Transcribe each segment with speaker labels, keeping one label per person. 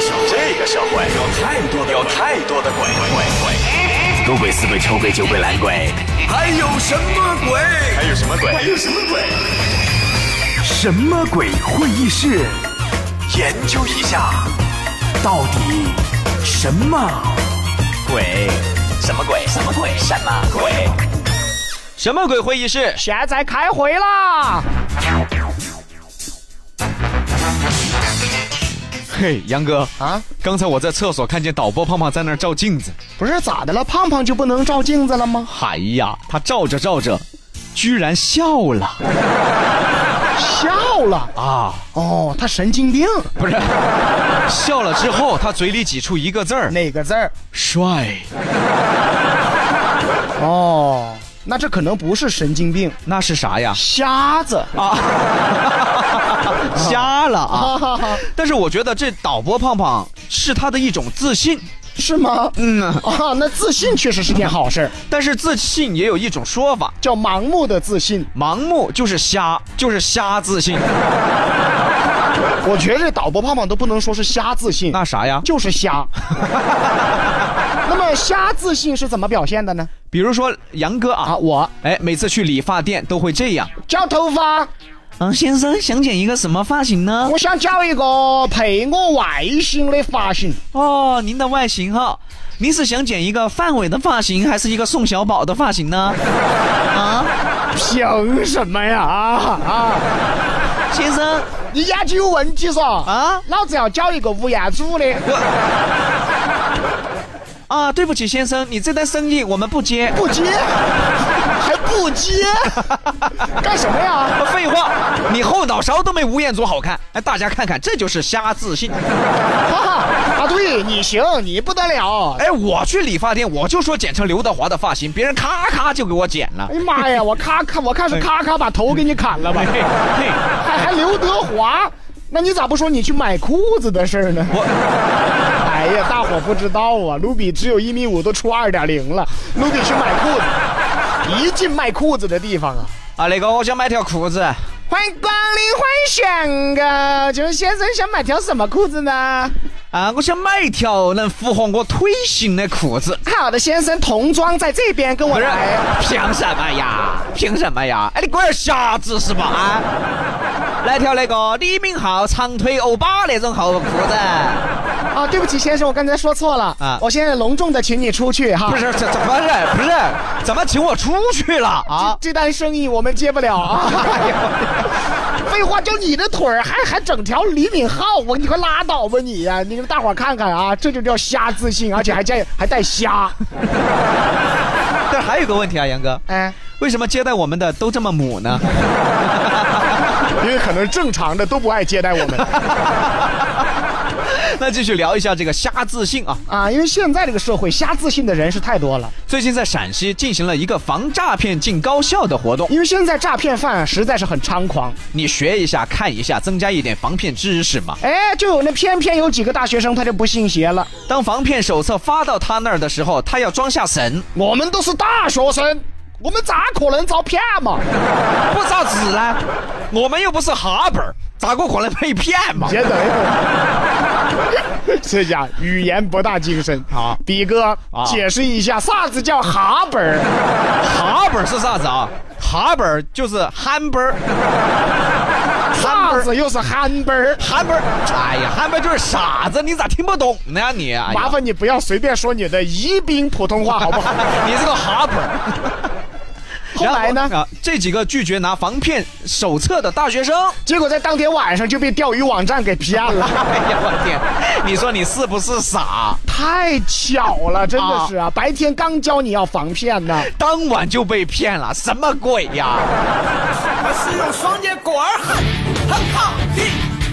Speaker 1: 个社会有太多的有太多的鬼鬼鬼，赌鬼、死鬼、丑鬼、酒鬼、懒鬼，还有什么鬼？还有什么鬼？还有什么鬼？什么鬼会议室？研究一下，到底什么鬼？什么鬼？什么鬼？什么鬼？
Speaker 2: 什么鬼会议室？
Speaker 3: 现在开会啦！
Speaker 2: 嘿，杨哥，
Speaker 3: 啊，
Speaker 2: 刚才我在厕所看见导播胖胖在那儿照镜子，
Speaker 3: 不是咋的了？胖胖就不能照镜子了吗？
Speaker 2: 哎呀，他照着照着，居然笑了
Speaker 3: 笑了
Speaker 2: 啊！
Speaker 3: 哦，他神经病，
Speaker 2: 不是，笑了之后，他嘴里挤出一个字儿
Speaker 3: 哪个字儿？
Speaker 2: “帅
Speaker 3: 哦，那这可能不是神经病，”，
Speaker 2: 那是啥呀？
Speaker 3: 瞎子。
Speaker 2: 啊， 瞎了啊！
Speaker 3: 啊，
Speaker 2: 但是我觉得这导播胖胖是他的一种自信，
Speaker 3: 是吗？
Speaker 2: 嗯呐，
Speaker 3: 啊，那自信确实是件好事儿，
Speaker 2: 但是自信也有一种说法，
Speaker 3: 叫盲目的自信。
Speaker 2: 盲目就是瞎，就是瞎自 信。
Speaker 3: 我觉得导播胖胖都不能说是瞎自信，
Speaker 2: 那啥呀？
Speaker 3: 就是瞎。 那么瞎自信是怎么表现的呢？
Speaker 2: 比如说杨哥啊
Speaker 3: 啊，，我
Speaker 2: 哎，每次去理发店都会这样。
Speaker 3: 剪头发，
Speaker 2: 嗯，先生想剪一个什么发型呢？
Speaker 3: 我想剪一个配我外形的发型。
Speaker 2: 哦，您的外形哈，您是想剪一个范伟的发型，还是一个宋小宝的发型呢？
Speaker 3: 凭什么呀？啊啊！
Speaker 2: 先生，
Speaker 3: 你眼睛有问题嗦？
Speaker 2: 啊
Speaker 3: 啊！老子要交一个吴彦祖的。
Speaker 2: 啊，对不起，先生，你这单生意我们不接。
Speaker 3: 不接，还不接，干什么呀？
Speaker 2: 废话，你后脑勺都没吴彦祖好看。哎，大家看看，这就是瞎自信。
Speaker 3: 哈哈，啊，对你行，你不得了。
Speaker 2: 哎，我去理发店，我就说剪成刘德华的发型，别人咔咔就给我剪了
Speaker 3: 哎。呀妈呀！我咔咔，我看是咔咔把头给你 砍了吧？
Speaker 2: 哎
Speaker 3: 还还刘德华？那你咋不说你去买裤子的事儿呢？ 哎呀，大伙不知道啊，卢比只有一米五，都出二点零了。卢比去买裤子，一进卖裤子的地方啊，
Speaker 2: 啊，那个，我想买条裤子。
Speaker 3: 欢迎光临，欢迎选个。请问先生想买条什么裤子呢？
Speaker 2: 啊，我想买一条能符合我腿型的裤子。
Speaker 3: 好的，先生，童装在这边跟我
Speaker 2: 不是
Speaker 3: 来。，
Speaker 2: 凭什么呀？凭什么呀？哎，你龟儿瞎子是吧？啊，来条那个李敏镐长腿欧巴那种好裤子。
Speaker 3: 啊，对不起，先生，我刚才说错了。
Speaker 2: 啊
Speaker 3: 我现在隆重的请你出去哈。
Speaker 2: 不是，这怎么是不是？怎么请我出去了啊
Speaker 3: 这，？这单生意我们接不了 啊。废话，就你的腿儿，还还整条李敏镐，我你快拉倒吧你呀、你给大伙儿看看啊，这就叫瞎自信，而且还带还带瞎。
Speaker 2: 但是还有一个问题啊，杨哥，
Speaker 3: 哎，
Speaker 2: 为什么接待我们的都这么母呢？
Speaker 3: 因为可能正常的都不爱接待我们
Speaker 2: 那继续聊一下这个瞎自信啊。
Speaker 3: 啊，因为现在这个社会瞎自信的人是太多了，
Speaker 2: 最近在陕西进行了一个防诈骗进高校的活动，
Speaker 3: 因为现在诈骗犯实在是很猖狂。
Speaker 2: 你学一下、看一下，增加一点防骗知识嘛。
Speaker 3: 哎，就有那偏偏有几个大学生他就不信邪了。
Speaker 2: 当防骗手册发到他那儿的时候，他要装下神，
Speaker 3: 我们都是大学生，我们咋可能遭骗嘛？
Speaker 2: 不咋子呢？我们又不是哈本儿，咋个可能被骗嘛？
Speaker 3: 先等一等。哎 这下语言博大精深
Speaker 2: 啊
Speaker 3: 比哥、解释一下啥子叫哈本儿？
Speaker 2: 哈本儿是啥子啊？哈本儿就是憨本儿，
Speaker 3: 啥子又是憨本儿？
Speaker 2: 憨本儿，哎呀，憨本儿就是傻子，你咋听不懂呢你？哎呀
Speaker 3: 麻，烦你不要随便说你的宜宾普通话 好不好？
Speaker 2: 你这个哈本儿。
Speaker 3: 后来呢
Speaker 2: 然啊，这几个拒绝拿防骗手册的大学生，
Speaker 3: 结果在当天晚上就被钓鱼网站给骗了，
Speaker 2: 哎呀，我天，你说你是不是傻？
Speaker 3: 太巧了，真的是啊！白天刚教你要防骗呢，
Speaker 2: 当晚就被骗了，什么鬼呀？
Speaker 4: 还是用双截棍儿哼哼哈嘿，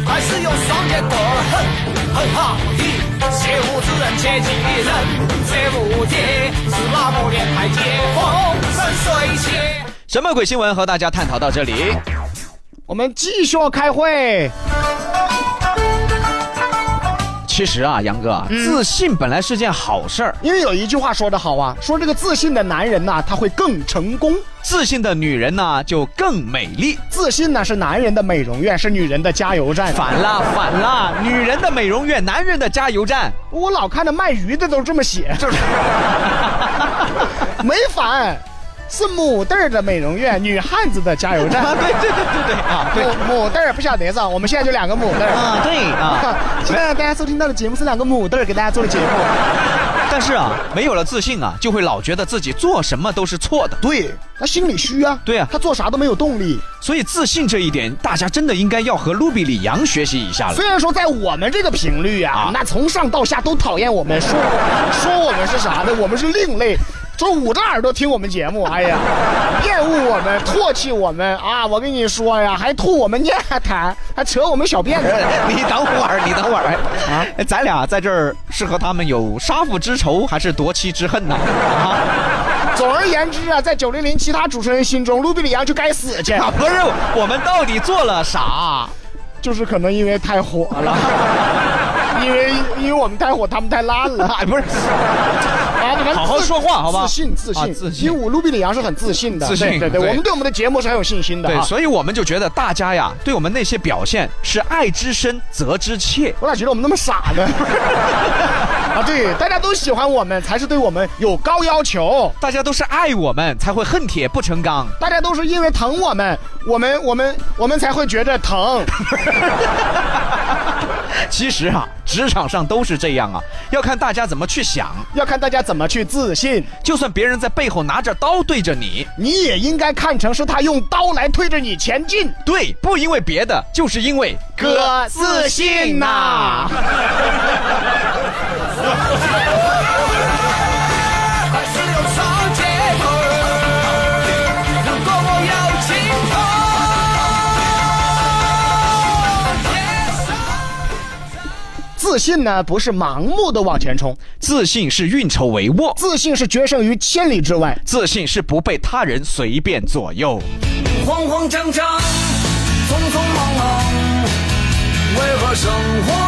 Speaker 4: 还是用双截棍儿哼哼哈嘿。切勿之人切忌人，切勿接，是那么年代解放神水切。
Speaker 2: 什么鬼新闻和大家探讨到这里。
Speaker 3: 我们继续开会。
Speaker 2: 其实啊，杨哥，自信本来是件好事儿，
Speaker 3: 因为有一句话说得好啊，说这个自信的男人呐、他会更成功。
Speaker 2: 自信的女人呢就更美丽。
Speaker 3: 自信呢是男人的美容院，是女人的加油站。
Speaker 2: 反啦反啦，女人的美容院，男人的加油站。
Speaker 3: 我老看着卖鱼的都这么写，
Speaker 2: 就是
Speaker 3: 没反，是母地儿的美容院，女汉子的加油 站。
Speaker 2: 啊，对对对对对啊，对
Speaker 3: 母母地儿不晓得是吧？我们现在就两个母地儿。
Speaker 2: 啊对啊，
Speaker 3: 现在大家收听到的节目是两个母地儿给大家做的节目。
Speaker 2: 但是啊，没有了自信啊，就会老觉得自己做什么都是错的。
Speaker 3: 对，他心里虚啊。
Speaker 2: 对啊
Speaker 3: 他做啥都没有动力。
Speaker 2: 所以自信这一点，大家真的应该要和卢比里扬学习一下了。
Speaker 3: 虽然说在我们这个频率啊，那从上到下都讨厌我们，说 说我们是啥呢？我们是另类，说捂着耳朵听我们节目，哎呀， 厌恶我们，唾弃我们啊！我跟你说呀，还吐我们尿痰，还扯我们小辫子。
Speaker 2: 你等会儿，你等会儿啊！咱俩在这儿是和他们有杀父之仇，还是夺妻之恨呢？啊，
Speaker 3: 总而言之啊，在九零零其他主持人心中，卢比里扬就该死去，
Speaker 2: 啊不是，我们到底做了啥？
Speaker 3: 就是可能因为太火 了，因为因为我们太火，他们太烂了。
Speaker 2: 哎，不是，
Speaker 3: 啊，反正
Speaker 2: 好好
Speaker 3: 自
Speaker 2: 说话好吧
Speaker 3: 自信，自
Speaker 2: 啊
Speaker 3: 信，
Speaker 2: 自信
Speaker 3: 因为我卢比里扬是很自信的，
Speaker 2: 自信
Speaker 3: 对对对，
Speaker 2: 对
Speaker 3: 我们对我们的节目是很有信心的
Speaker 2: 对，
Speaker 3: 啊。
Speaker 2: 所以我们就觉得大家呀，对我们那些表现是爱之深责之切。
Speaker 3: 我咋觉得我们那么傻呢？ 啊，对，大家都喜欢我们，才是对我们有高要求。
Speaker 2: 大家都是爱我们，才会恨铁不成钢。
Speaker 3: 大家都是因为疼我们，我们我们我们才会觉着疼。
Speaker 2: 其实啊，职场上都是这样啊，要看大家怎么去想。
Speaker 3: 要看大家怎么去自信，
Speaker 2: 就算别人在背后拿着刀对着你，
Speaker 3: 你也应该看成是他用刀来推着你前进。
Speaker 2: 对，不因为别的，就是因为
Speaker 3: 哥自信呐、
Speaker 4: 还是有双截棍儿。如果我有晴空，也是。
Speaker 3: 自信呢，不是盲目的往前冲，
Speaker 2: 自信是运筹帷幄，
Speaker 3: 自信是决胜于千里之外。
Speaker 2: 自信是不被他人随便左右。
Speaker 4: 慌慌张张，匆匆忙忙，为何生活